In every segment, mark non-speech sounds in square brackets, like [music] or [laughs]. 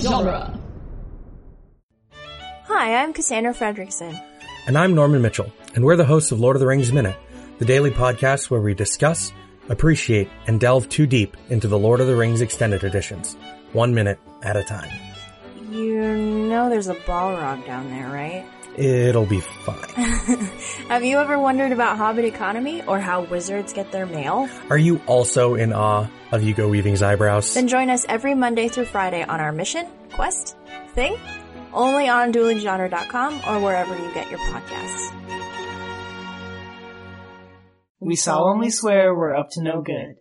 genre. Hi, I'm Cassandra Fredrickson. And I'm Norman Mitchell, and we're the hosts of Lord of the Rings Minute, the daily podcast where we discuss, appreciate, and delve too deep into the Lord of the Rings extended editions, one minute at a time. You know there's a Balrog down there, right? It'll [laughs] be fine. Have you ever wondered about Hobbit economy or how wizards get their mail? Are you also in awe of Hugo Weaving's eyebrows? Then join us every Monday through Friday on our mission, quest, thing, only on duelinggenre.com or wherever you get your podcasts. We solemnly swear we're up to no good.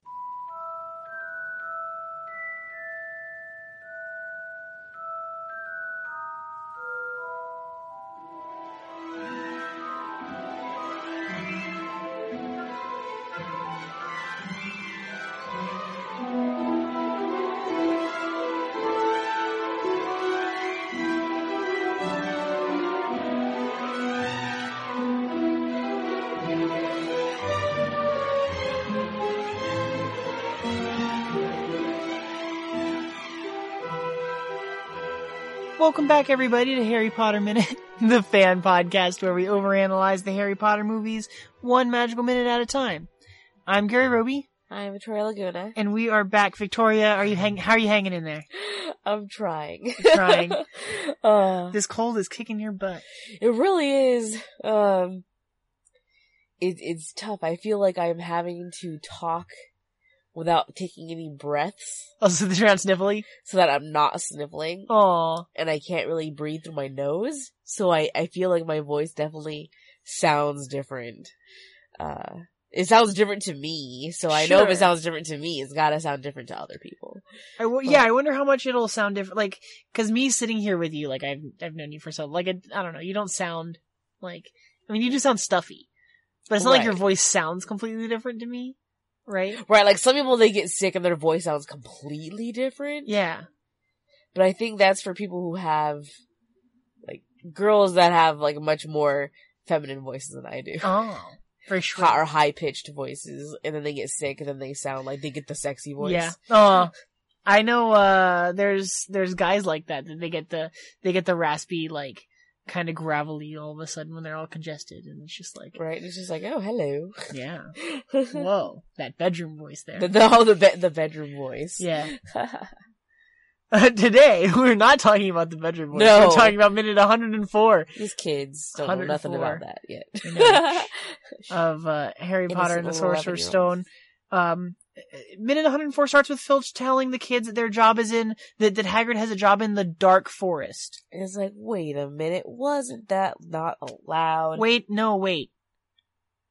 Welcome back, everybody, to Harry Potter Minute, [laughs] the fan podcast where we overanalyze the Harry Potter movies one magical minute at a time. I'm Gary Roby, I'm Victoria Laguna. [laughs] and we are back. Victoria, are you hang? How are you hanging in there? I'm trying. Trying. [laughs] uh, This cold is kicking your butt. it really is. Um, it, it's tough. I feel like I'm having to talk without taking any breaths Also, the not sniffly. so that I'm not sniffling. Oh. Aw, and I can't really breathe through my nose, so I, I feel like my voice definitely sounds different. Uh, it sounds different to me, so I know if Sure. it sounds different to me, it's gotta sound different to other people. I w- yeah. I wonder how much it'll sound different. Like, cause me sitting here with you, like I've I've known you for so like I, I don't know. You don't sound like. I mean, you do sound stuffy, but it's not like your Right. voice sounds completely different to me, right? Right, like some people they get sick and their voice sounds completely different, Yeah. but I think that's for people who have, like, girls that have, like, much more feminine voices than I do. [laughs] Oh, very shrill. Hot or high pitched voices, and then they get sick, and then they sound like they get the sexy voice. Yeah. Oh, I know. Uh, there's there's guys like that that they get the they get the raspy like kind of gravelly all of a sudden when they're all congested and it's just like Right? It's just like, [laughs] oh, hello. yeah the, whoa that bedroom voice there [laughs] the, oh, the, be- the bedroom voice. yeah [laughs] today we're not talking about the bedroom voice No. we're talking about minute 104 [laughs] These kids don't know nothing 104. about that yet. know. of uh, Harry Innocent Potter and the little Sorcerer's 11-year-olds. Stone um minute 104 starts with Filch telling the kids that their job is in that that Hagrid has a job in the dark forest And [laughs] it's like, wait a minute, wasn't that not allowed? Wait, no, wait.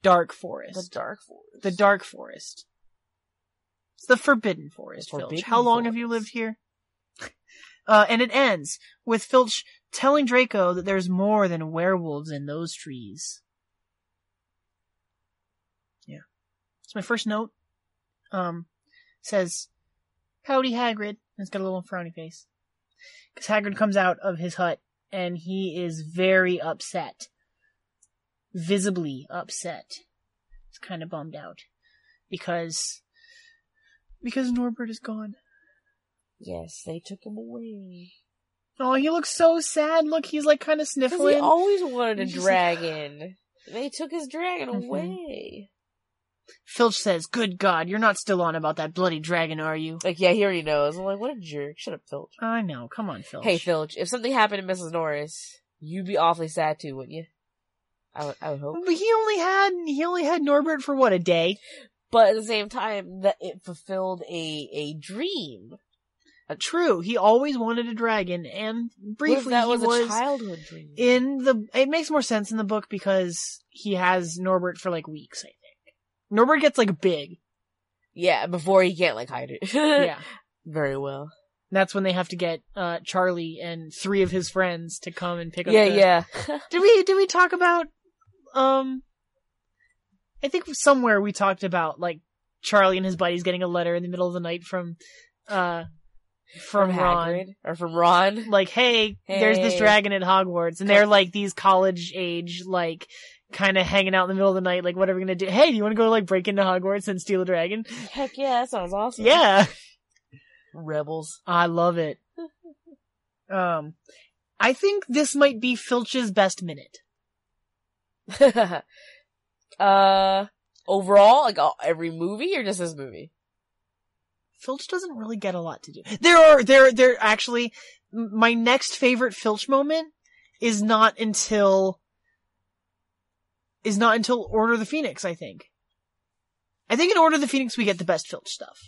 Dark the Forest. dark forest. The Dark Forest. It's the Forbidden Forest, The Filch. Forbidden How long have you lived Forest. here? Uh, and it ends with Filch telling Draco that there's more than werewolves in those trees. Yeah. It's my first note. Um, says, Pouty Hagrid. And it's got a little frowny face. Because Hagrid comes out of his hut and he is very upset. Visibly upset. He's kind of bummed out. Because. Because Norbert is gone. Yes, they took him away. Oh, he looks so sad. Look, he's like kind of 'Cause sniffling. he always wanted a He's just dragon. they took his dragon Mhm. away. Filch says, Good God, you're not still on about that bloody dragon, are you? Like, yeah, he already knows. I'm like, what a jerk. Shut up, Filch. I know. Come on, Filch. Hey, Filch, if something happened to Mrs. Norris, you'd be awfully sad too, wouldn't you? I would, I would hope. But he only had he only had Norbert for what a day. But at the same time, that it fulfilled a, a dream. Uh, True, he always wanted a dragon, and What if briefly that was, he was a childhood dream. in the. It makes more sense in the book because he has Norbert for like weeks. I think Norbert gets like big. [laughs] Yeah, before he can't like hide it. [laughs] Yeah, Very well. that's when they have to get uh Charlie and three of his friends to come and pick up. Yeah, the- [laughs] yeah. Did we did we talk about um I think somewhere we talked about like Charlie and his buddies getting a letter in the middle of the night from uh from, Ron. Hagrid. Or from Ron. Like, hey, there's this Hey. dragon at Hogwarts and they're like these college age like kind of hanging out in the middle of the night like what are we going to do? Hey, do you want to go like break into Hogwarts and steal a [laughs] dragon? Heck yeah, that sounds awesome. Yeah. [laughs] Rebels. I love it. Um, I think this might be Filch's best minute. [laughs] uh, overall, like all, every movie or just this movie? Filch doesn't really get a lot to do. There are, there, there, actually, m- my next favorite Filch moment is not until, is not until Order of the Phoenix, I think. I think in Order of the Phoenix we get the best Filch stuff.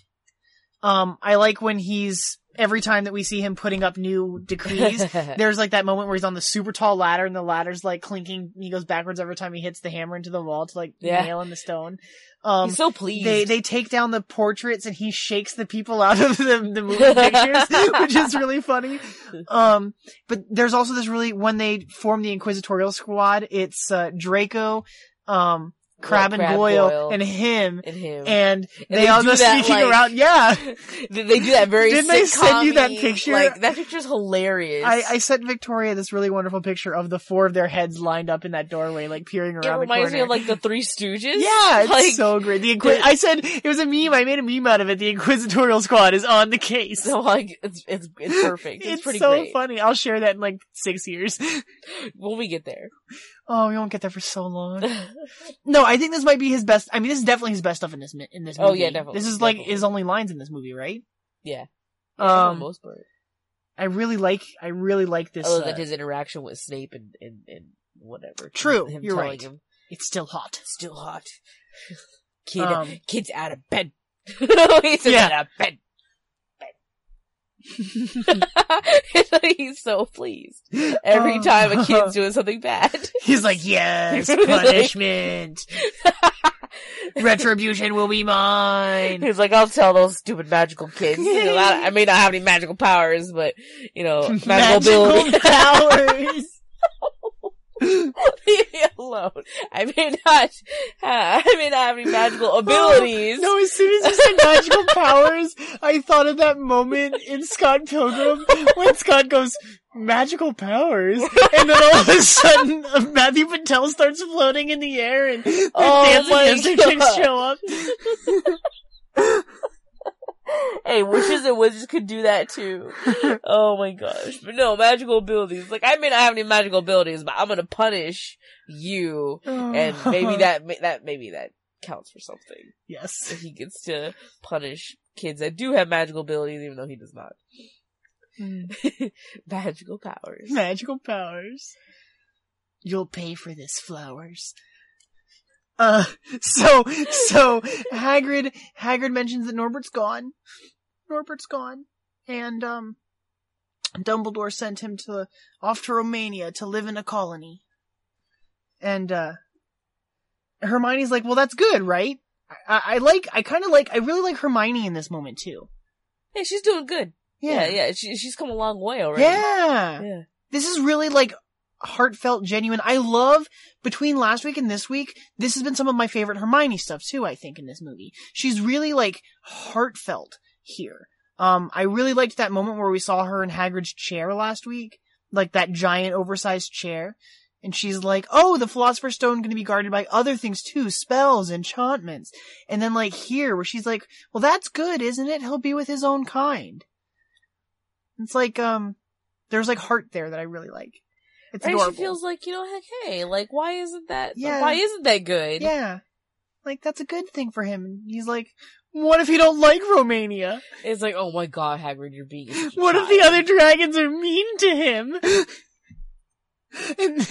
Um, I like when he's, every time that we see him putting up new [laughs] [laughs] decrees, there's like that moment where he's on the super tall ladder and the ladder's like clinking, he goes backwards every time he hits the hammer into the wall to like Yeah. nail in the stone. Um, He's so pleased. they they take down the portraits and he shakes the people out of the, the movie pictures, [laughs] which is really funny. Um, but there's also this really when they form the Inquisitorial Squad, it's uh, Draco, um, Crab and Crab Goyle, Goyle. and him, in him. and they, they all do go [laughs] that, sneaking like- around. Yeah, Did [laughs] they do that [laughs] very? Didn't I send you that sitcom-y, picture? Like that picture's hilarious. I, I sent Victoria this really wonderful picture of the four of their heads lined up in that doorway, like peering around. it reminds the me corner. of like the Three Stooges. [laughs] Yeah, it's like so great. The Inquis- I said it was a meme. I made a meme out of it. The Inquisitorial Squad is on the case. so like it's it's, it's perfect. It's, pretty so great. funny. I'll share that in like six [laughs] years. When we get there, [laughs] Oh, we won't get there for so long. No, I think this might be his best. I mean, this is definitely his best stuff in this mi- in this movie. Oh, yeah, definitely, This is like definitely. his only lines in this movie, right? yeah. Yeah, for the Um, most part. I really like. I really like this. Other uh, than Oh, his interaction with Snape and and, and whatever. True, Him you're telling right. him it's still hot. still hot. Kid, Um, kid's out of bed. [laughs] He's Yeah. out of bed. It's like [laughs] he's so pleased every Oh. time a [laughs] kid's doing something bad. He's like, [laughs] yes, punishment, retribution will be mine. [laughs] He's like, I'll tell those stupid magical kids. You know, I, I may not have any magical powers, but you [laughs] know, Oh, magical, ability. [laughs] Magical powers. Leave me alone. I may not, ha I may not have any [laughs] magical abilities. No, as soon as you said magical powers, I thought of that moment in Scott Pilgrim when Scott goes, magical powers. And then all of a sudden, uh, Matthew Patel starts floating in the air and the Oh my dancing hipster chicks God. show up. [laughs] hey, witches and wizards could do that too. [laughs] Oh my gosh. But no, magical abilities. Like, I may not have any magical abilities, but I'm gonna punish you. And [laughs] maybe that, ma- that, maybe that counts for something. Yes. If he gets to punish kids that do have magical abilities, even though he does not. Hmm. [laughs] magical [laughs] powers. Magical powers. You'll pay for this, flowers. Uh, so, so, Hagrid, Hagrid mentions that Norbert's gone. Norbert's gone. And, um, Dumbledore sent him to, off to Romania to live in a colony. And, uh, Hermione's like, well, that's good, right? I, I- I like, I kind of like, I really like Hermione in this moment too. Hey, she's doing good. Yeah, yeah. She, she's come a long way already. Yeah. Yeah. This is really like heartfelt, genuine. I love between last week and this week. This has been some of my favorite Hermione stuff too. I think in this movie, she's really like heartfelt here. Um, I really liked that moment where we saw her in Hagrid's chair last week, like that giant, oversized chair. And she's like, "Oh, the Philosopher's Stone going to be guarded by other things too, spells, enchantments." And then like here, where she's like, "Well, that's good, isn't it? He'll be with his own kind." It's like um, there's like heart there that I really like. It's Right? adorable. She feels like, you know, heck, hey, like, why isn't that, Yeah. why isn't that good? yeah, like that's a good thing for him. And he's like, "What if he don't like Romania? It's like, oh my god, Hagrid, you're being. a What if child. the other dragons [laughs] are mean to him?" And-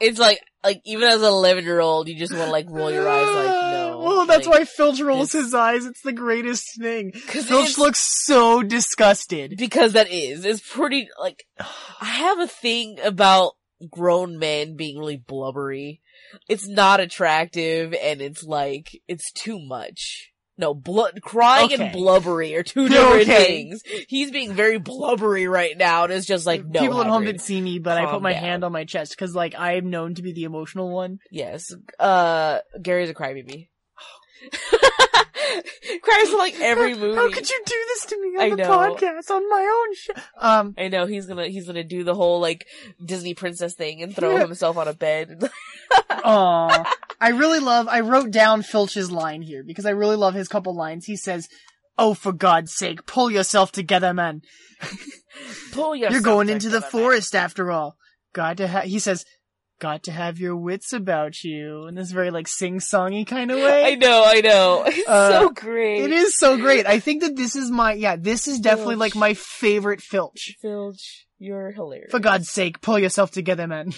It's like, like even as an eleven year old, you just want to like roll your [sighs] eyes, like no. Well, that's like, why Filch rolls it's- his eyes. It's the greatest thing. 'cause Filch it's- looks so disgusted. because that is it's pretty [sighs] like I have a thing about grown men being really blubbery. It's not attractive, and it's like it's too much. No, blood, crying Okay. and blubbery [laughs] are two different Okay. things. He's being very blubbery right now, and it's just like no. People at home Hagrid. didn't see me, but I put Calm my down. hand on my chest because, like, I am known to be the emotional one. Yes. Uh, Gary's a crybaby. [laughs] Cries in like every movie. How could you do this to me on I the know. podcast on my own show? Um, I know he's gonna he's gonna do the whole like Disney princess thing and throw himself on a bed. Aw. I really love, I wrote down Filch's line here because I really love his couple lines. He says, Oh, for God's sake, pull yourself together, man. [laughs] Pull yourself. You're going into together, the man. forest after all. Got to have, he says, got to have your wits about you in this very like sing-songy kind of way. I know, I know. [laughs] It's Uh, so great. It is so great. I think that this is my, yeah, this is definitely Filch. like my favorite filch. Filch, you're hilarious. For God's sake, pull yourself together, man.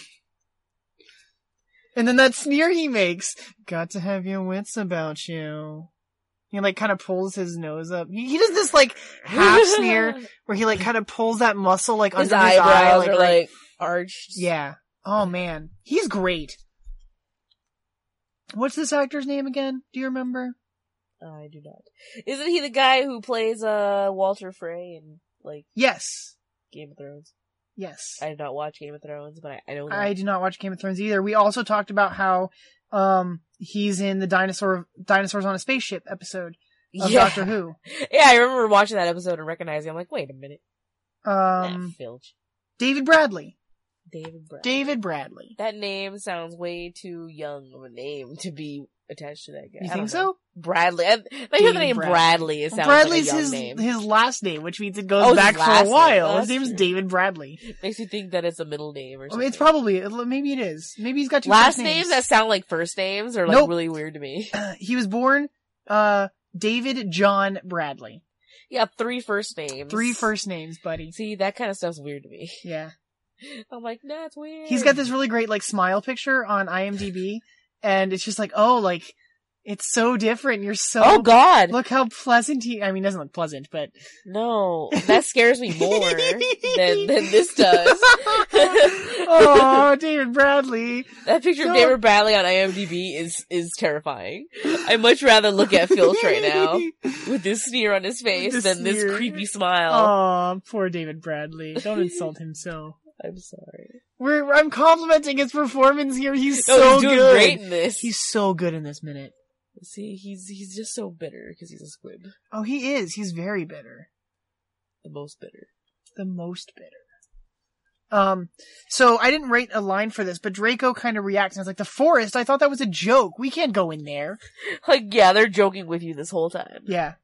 And then that sneer he makes, got to have your wits about you. He like kind of pulls his nose up. He, he does this like half [laughs] sneer where he like kind of pulls that muscle like His under his eye, eyebrows like, are right- like arched. yeah. Oh man, he's great. What's this actor's name again? Do you remember? Oh, I do not. Isn't he the guy who plays uh Walter Frey in like Yes, Game of Thrones? yes. I did not watch Game of Thrones, but I, I don't know. I do not watch Game of Thrones either. We also talked about how um he's in the dinosaur dinosaurs on a spaceship episode of yeah. Doctor Who. [laughs] yeah, I remember watching that episode and recognizing. I'm like, wait a minute, Um um, Filch, David Bradley. David Brown. David Bradley. That name sounds way too young of a name to be attached to that guy. You I don't think know. so? Bradley. I, I hear the David name Bradley. Bradley. It Well, sounds Bradley's like a young his name. his last name, which means it goes Oh, his back for last a name. while. his That's name's true. David Bradley. Makes you think that it's a middle name or I something. mean, it's probably maybe it is. Maybe he's got two last first names that sound like first names are like Nope. really weird to me. [laughs] he was born uh David John Bradley. Yeah, three first names. Three first names, buddy. [laughs] See, that kind of stuff's weird to me. [laughs] Yeah. I'm like, nah, it's weird. He's got this really great like smile picture on IMDb, and it's just like, oh, like it's so different. You're so [laughs] oh God, look how pleasant he. I mean, it doesn't look pleasant, but no, that [laughs] scares me more than than this does. oh, David Bradley. That picture No. of David Bradley on IMDb is is terrifying. I'd much rather look at Filch [laughs] right now with this sneer on his face The than this sneer. creepy smile. Oh, poor David Bradley. Don't insult him so. I'm sorry. We're I'm complimenting his performance here. He's No, so Oh, he's doing good. great in this. He's so good in this minute. See, he's he's just so bitter because he's a squib, Oh, he is. He's very bitter. the most bitter. the most bitter. Um, so I didn't write a line for this, but Draco kind of reacts and is like, the forest? I thought that was a joke. We can't go in there. Like, yeah, they're joking with you this whole time. Yeah.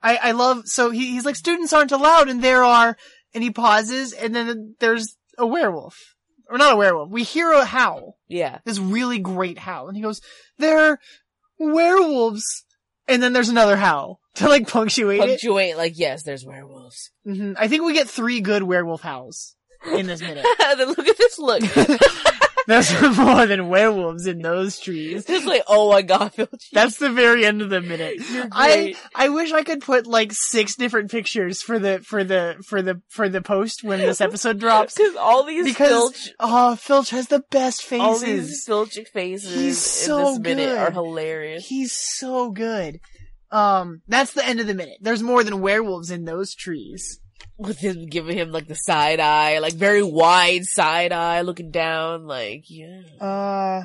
I, I love, so he, he's like, students aren't allowed and there are, and he pauses and then there's a werewolf. Or not a werewolf. We hear a howl. yeah. This really great howl. And he goes, they're werewolves. And then there's another howl [laughs] to like punctuate it. Punctuate like, yes, there's werewolves. [laughs] hmm I think we get three good werewolf howls in this minute. then look at [laughs] this look. There's [laughs] more than werewolves in those trees. It's just like, oh my god, Filch. That's the very end of the minute. You're I great. I wish I could put like six different pictures for the for the for the for the post when this episode [laughs] drops. because all these Because Filch, Oh, Filch has the best all these faces. Filch faces He's in so this minute good. are hilarious. He's so good. Um, that's the end of the minute. There's more than werewolves in those trees. With him giving him like the side eye, like very wide side eye, looking down, like yeah. Uh,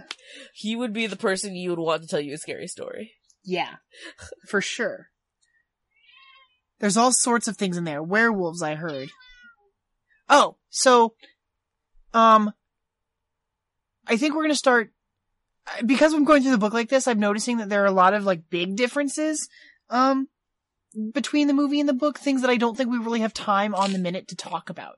He would be the person you would want to tell you a scary story. yeah, for sure. There's all sorts of things in there. Werewolves, I heard. Oh, so, um, I think we're gonna start, because I'm going through the book like this, I'm noticing that there are a lot of like big differences, um, between the movie and the book, things that I don't think we really have time on the minute to talk about.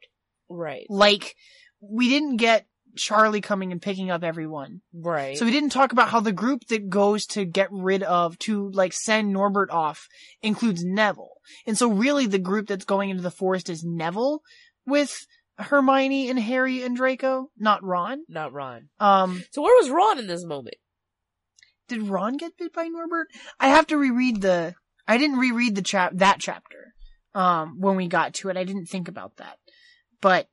Right. Like, we didn't get Charlie coming and picking up everyone. Right. So we didn't talk about how the group that goes to get rid of, to like send Norbert off includes Neville. And so really the group that's going into the forest is Neville with Hermione and Harry and Draco, not Ron. Not Ron. Um, So where was Ron in this moment? did Ron get bit by Norbert? I have to reread the, I didn't reread the chap, that chapter, um, when we got to it. I didn't think about that, but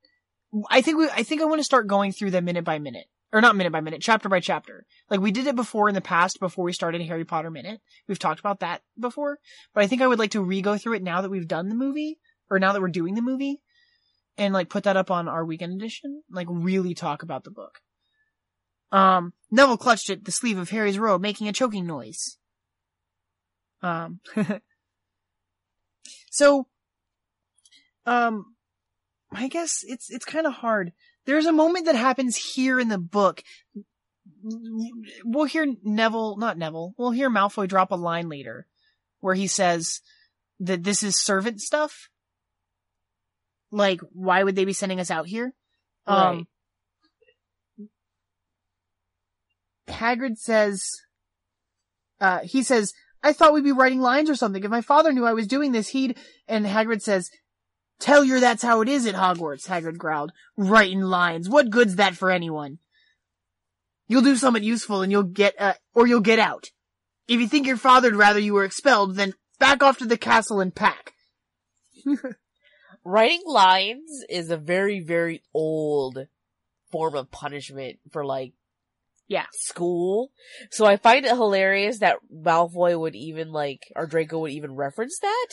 I think we, I think I want to start going through them minute by minute. Or not minute by minute, chapter by chapter. Like we did it before in the past, before we started Harry Potter Minute. We've talked about that before, but I think I would like to re-go through it now that we've done the movie, or now that we're doing the movie, and like put that up on our weekend edition. Like really talk about the book. Um, Neville clutched at the sleeve of Harry's robe, making a choking noise. Um, [laughs] so, um, I guess it's, it's kind of hard. There's a moment that happens here in the book. We'll hear Neville, not Neville, we'll hear Malfoy drop a line later where he says, that this is servant stuff. Like, why would they be sending us out here? Um, Hagrid says, uh, he says, I thought we'd be writing lines or something. If my father knew I was doing this, he'd, and Hagrid says, tell your that's how it is at Hogwarts, Hagrid growled. Writing lines. What good's that for anyone? You'll do something useful and you'll get, uh, or you'll get out. If you think your father'd rather you were expelled, then back off to the castle and pack. [laughs] writing lines is a very very old form of punishment for like Yeah. school so i find it hilarious that malfoy would even like or draco would even reference that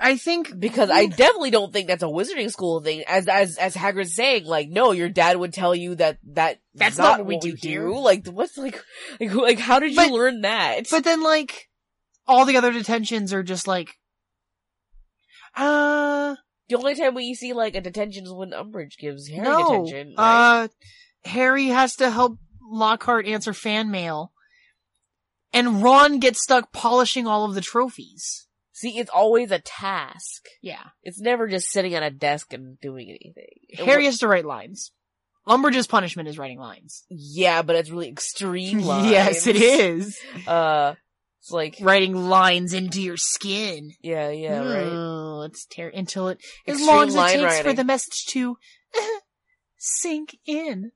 I think because i definitely don't think that's a wizarding school thing as as as hagrid's saying like no your dad would tell you that that That's not what we do here. like what's like like, who- like how did you But- learn that But then like all the other detentions are just like uh the only time we see like a detention is when umbridge gives harry no. detention right? Uh Harry has to help Lockhart answer fan mail. And Ron gets stuck polishing all of the trophies. see it's always a task Yeah. It's never just sitting at a desk and doing anything. It Harry wa- has to write lines. Umbridge's punishment is writing lines. yeah, but it's really extreme lines. [laughs] Yes, it is. Uh, it's like, Writing lines into your skin. yeah, yeah, right. Ooh, it's terrible. Until it, as Extreme long as it line takes for writing. the message to [laughs] sink in.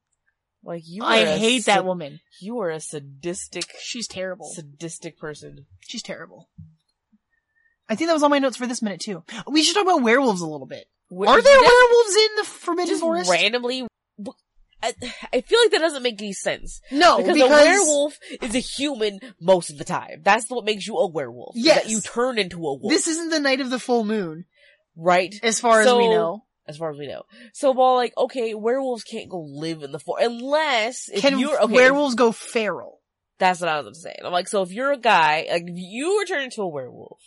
Like you, I are a hate sa- that woman. You are a sadistic, She's terrible. sadistic person. She's terrible. I think that was all my notes for this minute too. We should talk about werewolves a little bit. Wh- Are there that- werewolves in the Forbidden just Forest? randomly? wh- I, I feel like that doesn't make any sense no, because, Oh, because, a werewolf is a human most of the time. That's what makes you a werewolf. is Yes. that you turn into a wolf, this isn't the night of the full moon, right? as far as we So- know. as far as we know. So, while like, okay, werewolves can't go live in the forest unless if Can you're okay. werewolves go feral? That's what I was gonna say. And I'm like, so if you're a guy, like, if you were turned into a werewolf,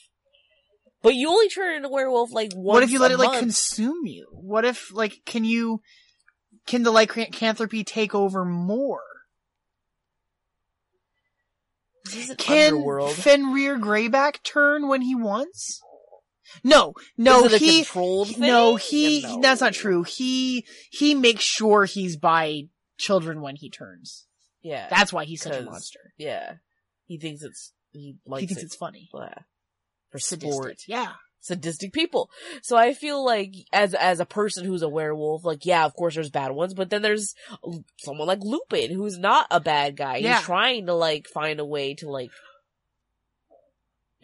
but you only turn into a werewolf like once. What if you let a it like month, consume you? What if like can you can the lycanthropy take over more? This is an Can underworld. Fenrir Greyback turn when he wants? No, no, Is it a he controlled thing? No, he. No. That's not true. He he makes sure he's by children when he turns. Yeah, That's why he's such a 'Cause monster. yeah. He thinks it's he likes He thinks it. it's funny. yeah. For Sadistic. sport, Yeah. sadistic people. So I feel like as as a person who's a werewolf, like yeah, of course there's bad ones, but then there's someone like Lupin who's not a bad guy. Yeah. He's trying to like find a way to like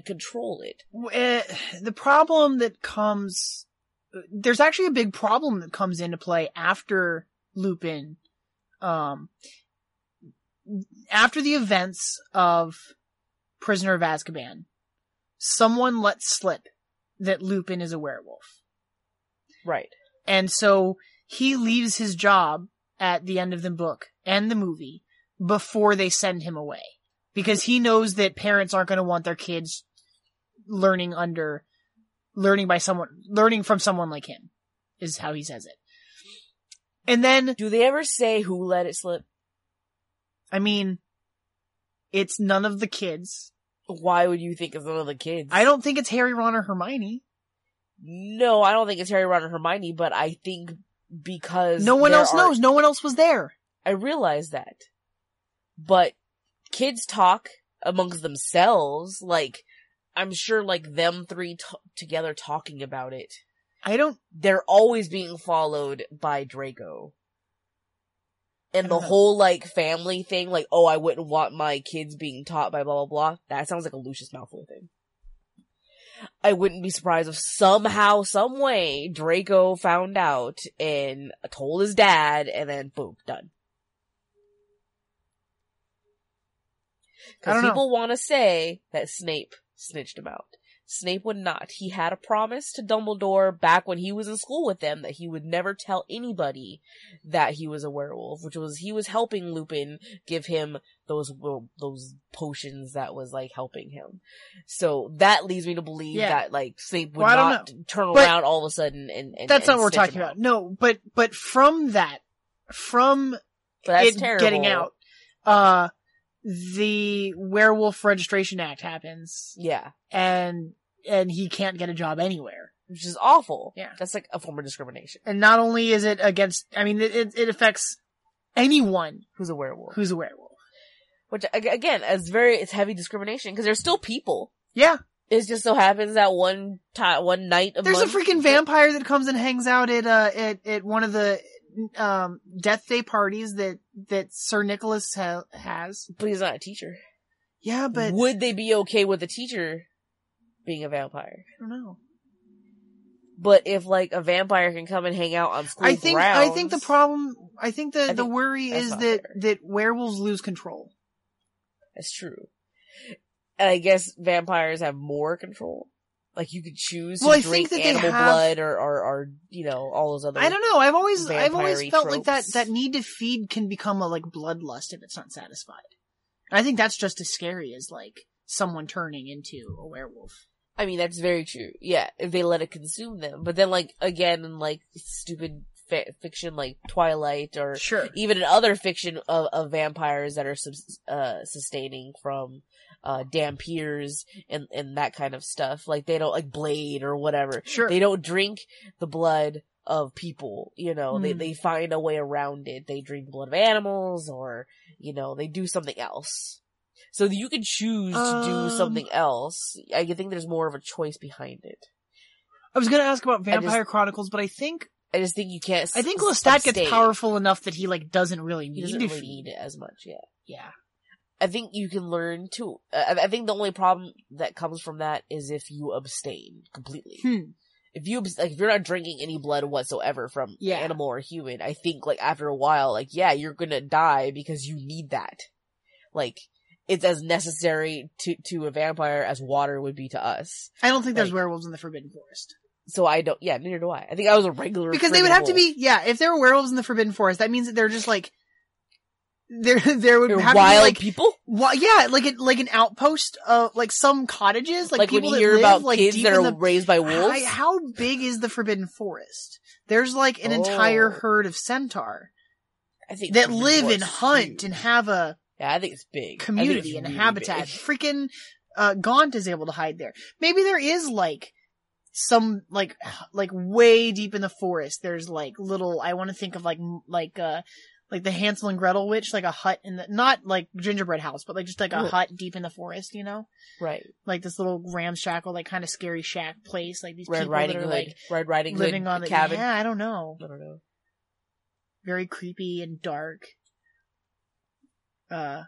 control it. W- eh, the problem that comes, there's actually a big problem that comes into play after Lupin, um, after the events of Prisoner of Azkaban, someone let slip that Lupin is a werewolf. Right. And so he leaves his job at the end of the book and the movie before they send him away because he knows that parents aren't going to want their kids learning under learning by someone learning from someone like him is how he says it. And then Do they ever say who let it slip? I mean it's none of the kids. Why would you think it's none of the kids? I don't think it's Harry, Ron or Hermione. No, I don't think it's Harry, Ron, or Hermione, but I think because No one there else are- knows. No one else was there. I realize that. But kids talk amongst themselves, like, I'm sure like them three t- together talking about it. I don't They're always being followed by Draco. And I the don't know. whole like family thing, like, oh, I wouldn't want my kids being taught by blah blah blah. That sounds like a Lucius Malfoy thing. I wouldn't be surprised if somehow, some way, Draco found out and told his dad, and then boom, done. I don't Because know. people want to say that Snape snitched him out. Snape would not. He had a promise to Dumbledore back when he was in school with them that he would never tell anybody that he was a werewolf, which was he was helping Lupin give him those wo- those potions that was like helping him. So that leads me to believe Yeah. that like Snape would Well, I don't not turn But around all of a sudden and, and that's and not what we're snitch talking him out. about. No, but but from that from But that's it terrible. getting out. Uh, the Werewolf Registration Act happens, Yeah, and and he can't get a job anywhere. which is awful. Yeah. That's like a form of discrimination. And not only is it against, I mean, it, it, it affects anyone Who's a werewolf? who's a werewolf. Which ag- again, it's very, it's heavy discrimination because there's still people. Yeah, It just so happens that one time, one night a there's a month- freaking vampire that comes and hangs out at uh at, at one of the um Death Day parties that that Sir Nicholas ha- has. but he's not a teacher. Yeah, but Would they be okay with a teacher being a vampire? I don't know. But if like a vampire can come and hang out on school I think I think the grounds- problem I think the I the think worry that's is not that fair. that werewolves lose control. That's true. And I guess vampires have more control. Like you could choose to Well, I drink think that they animal have- blood or, or, or, you know, all those other. I don't know. I've always I've always vampire-y felt like that tropes. that need to feed can become a like bloodlust if it's not satisfied. I think that's just as scary as like someone turning into a werewolf. I mean, that's very true. Yeah, if they let it consume them. But then, like again, in like stupid fa- fiction, like Twilight, or Sure. even in other fiction of, of vampires that are subs- uh, sustaining from uh, dampiers and and that kind of stuff. Like they don't like Blade or whatever. Sure. They don't drink the blood of people, you know, they, Mm. they find a way around it. They drink blood of animals or, you know, they do something else. So you can choose to Um, do something else. I think there's more of a choice behind it. I was gonna ask about just- Vampire Chronicles, but I think I just think you can't. s- I think s- Lestat gets abstain. powerful enough that he like doesn't really He need doesn't to really feed. need it as much. Yeah, Yeah. I think you can learn to. I, I think the only problem that comes from that is if you abstain completely. Hmm. if you like if you're not drinking any blood whatsoever from Yeah. animal or human, I think like after a while, like yeah, you're gonna die because you need that. Like it's as necessary to to a vampire as water would be to us. I don't think there's Like- werewolves in the Forbidden Forest So I don't. Yeah, neither do I. I think I was a regular because they would friggin' have to wolf. be. Yeah, if there were werewolves in the Forbidden Forest, that means that they're just like [laughs] there. There would They're have wild to be like people. Well, yeah, like it, like an outpost of like some cottages, like, Like, when people you that hear live about like kids deep that in are the. raised by wolves. I, how big is the Forbidden Forest? There's like an entire Oh. herd of centaur I think that Forbidden live and Forest is hunt huge. and have a yeah, I think it's big I think community it's and a really habitat. big. Freaking uh, Gaunt is able to hide there. Maybe there is like some like like way deep in the forest. There's like little. I want to think of like m- like uh like the Hansel and Gretel witch, like a hut in the not like gingerbread house, but like just like a Ooh. hut deep in the forest. You know. Right, like this little ramshackle, like kind of scary shack place. Like these Red people Riding that are Hood, like Red Riding Hood living on the cabin. Yeah, I don't know. I don't know. Very creepy and dark. Uh,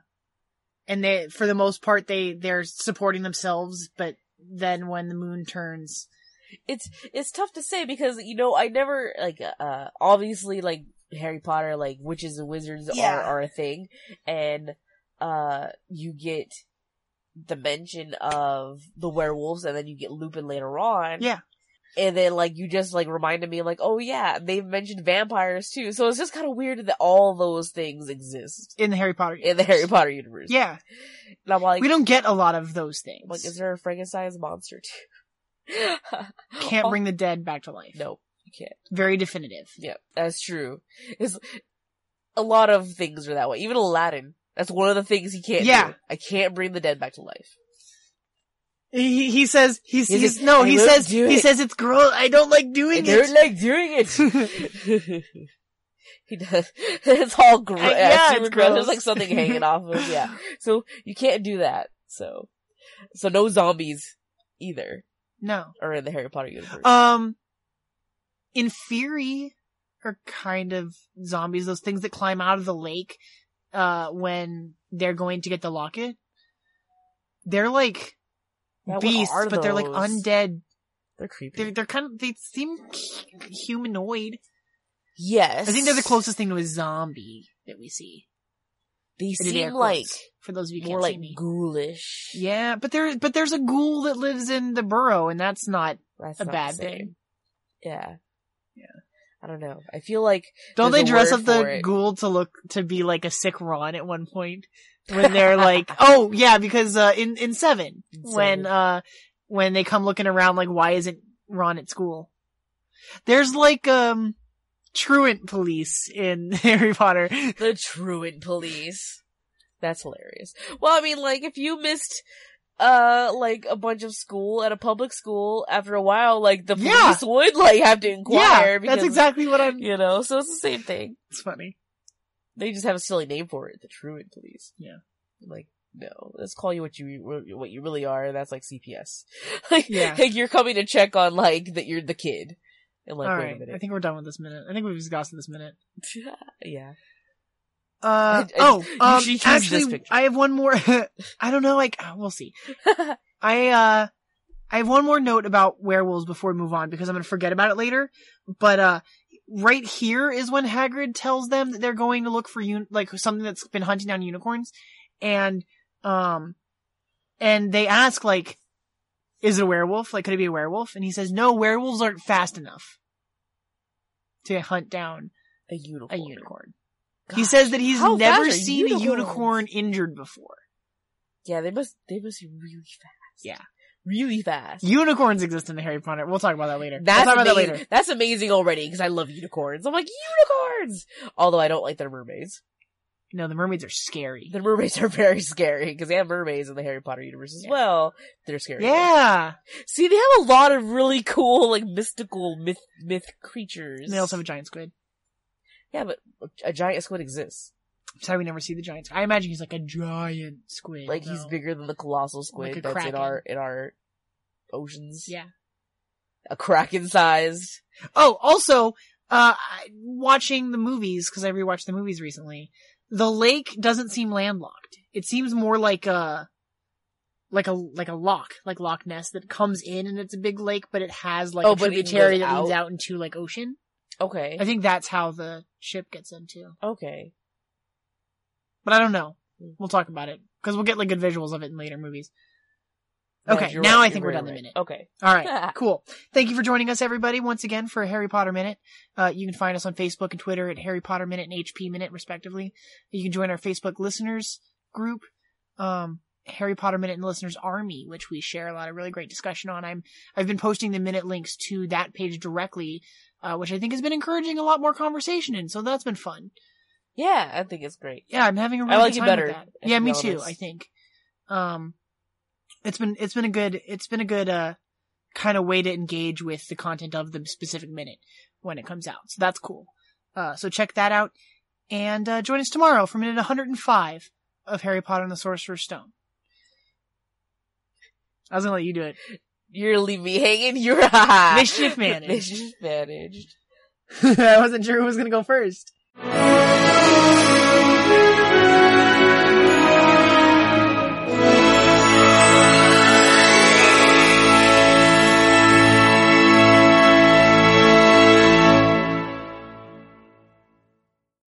and they, for the most part, they they're supporting themselves, but then when the moon turns, it's it's tough to say because you know I never like uh obviously like Harry Potter like witches and wizards Yeah. are are a thing and uh you get the mention of the werewolves and then you get Lupin later on Yeah. and then like you just like reminded me like oh yeah they've mentioned vampires too so it's just kind of weird that all those things exist in the Harry Potter, in the Harry universe. Potter universe yeah, and I'm like we don't get a lot of those things. like is there a Frankenstein's monster too [laughs] Can't bring the dead back to life. Oh. no you can't very definitive. Yeah, that's true. It's a lot of things are that way. Even Aladdin. That's one of the things he can't. Yeah. do. I can't bring the dead back to life. He, he says he's, He's he's like, no I he won't says do he it. says it's gross. I don't like I doing don't it. like doing it. [laughs] he does. [laughs] It's all gross. I- Uh, yeah, super it's gross. gross. There's like something hanging off of. it, [laughs] [laughs] Yeah. So you can't do that. So, so no zombies either no. are in the Harry Potter universe. Um, in Fury are kind of zombies, those things that climb out of the lake, uh, when they're going to get the locket. They're like Yeah, what beasts, are but they're like those? undead. They're creepy. They're, they're kind of, they seem hu- humanoid. I yes. think they're the closest thing to a zombie that we see. They I did air seem quotes, like for those of you who more can't see like me. ghoulish. Yeah, but there, but there's a ghoul that lives in the burrow, and that's not That's a not the bad same. thing. Yeah. Yeah. I don't know. I feel like Don't There's they a dress word up for the it. ghoul to look to be like a sick Ron at one point when they're [laughs] like, oh yeah, because uh, in in seven In when Seven. uh when they come looking around like why isn't Ron at school? There's like um truant police in [laughs] Harry Potter. the truant police. That's hilarious. Well, I mean, like if you missed uh like a bunch of school at a public school after a while like the police Yeah. would like have to inquire yeah, because that's exactly what I'm. you know so it's the same thing It's funny. they just have a silly name for it the truant police Yeah. I'm like no let's call you what you what you really are and that's like cps [laughs] like, Yeah. like you're coming to check on like that you're the kid and like All wait right, a minute I think we're done with this minute. I think we've exhausted this minute. [laughs] yeah Uh I- I- oh, you um, should choose actually, this picture. I have one more. [laughs] I don't know. Like, uh, we'll see. I uh, I have one more note about werewolves before we move on because I'm gonna forget about it later. But uh, right here is when Hagrid tells them that they're going to look for un- like something that's been hunting down unicorns, and um, and they ask like, "Is it a werewolf? Like, could it be a werewolf?" And he says, "No, werewolves aren't fast enough to hunt down a unicorn a unicorn." He says that he's How never fast are seen a unicorns? unicorn injured before. yeah they must they must be really fast Yeah. really fast Unicorns exist in the Harry Potter. We'll talk about that later. That's we'll talk about amazing. that later. That's amazing already because I love unicorns. I'm like unicorns. Although I don't like their mermaids. No, the mermaids are scary. The mermaids are [laughs] very scary because they have mermaids in the Harry Potter universe as Yeah. well. They're scary. Yeah. See, they have a lot of really cool, like mystical myth myth creatures. And they also have a giant squid. yeah, but a giant squid exists. I'm sorry we never see the giant squid. I imagine he's like a giant squid. Like though. he's bigger than the colossal squid Like a that's in kraken. our in our oceans. Yeah. a kraken sized. Oh, also, uh, I- watching the movies, cause I rewatched the movies recently, the lake doesn't seem landlocked. It seems more like a, like a, like a lock, like Loch Ness that comes in and it's a big lake, but it has like Oh, a but it tributary goes that leads out? out into like ocean. Okay, I think that's how the ship gets in too. okay. But I don't know. Mm. We'll talk about it because we'll get like good visuals of it in later movies. No, Okay, you're now right, I think you're we're right, done the right. minute. Okay. All right, cool. Thank you for joining us, everybody, once again for Harry Potter Minute. Uh, you can find us on Facebook and Twitter at Harry Potter Minute and HP Minute, respectively. You can join our Facebook listeners group, um, Harry Potter Minute and Listeners Army, which we share a lot of really great discussion on. I'm I've been posting the minute links to that page directly, uh, which I think has been encouraging a lot more conversation, and so that's been fun. [laughs] Yeah, I think it's great. Yeah, I'm having a really I like good it time better, with that. to Yeah, be me too. honest. I think. Um, it's been it's been a good it's been a good uh kind of way to engage with the content of the specific minute when it comes out. So that's cool. Uh, so check that out and uh, join us tomorrow for minute 105 of Harry Potter and the Sorcerer's Stone. I was gonna let you [laughs] do it. You're gonna leave me hanging. [laughs] You're high. Mischief managed. Mischief managed. I wasn't sure who was gonna go first.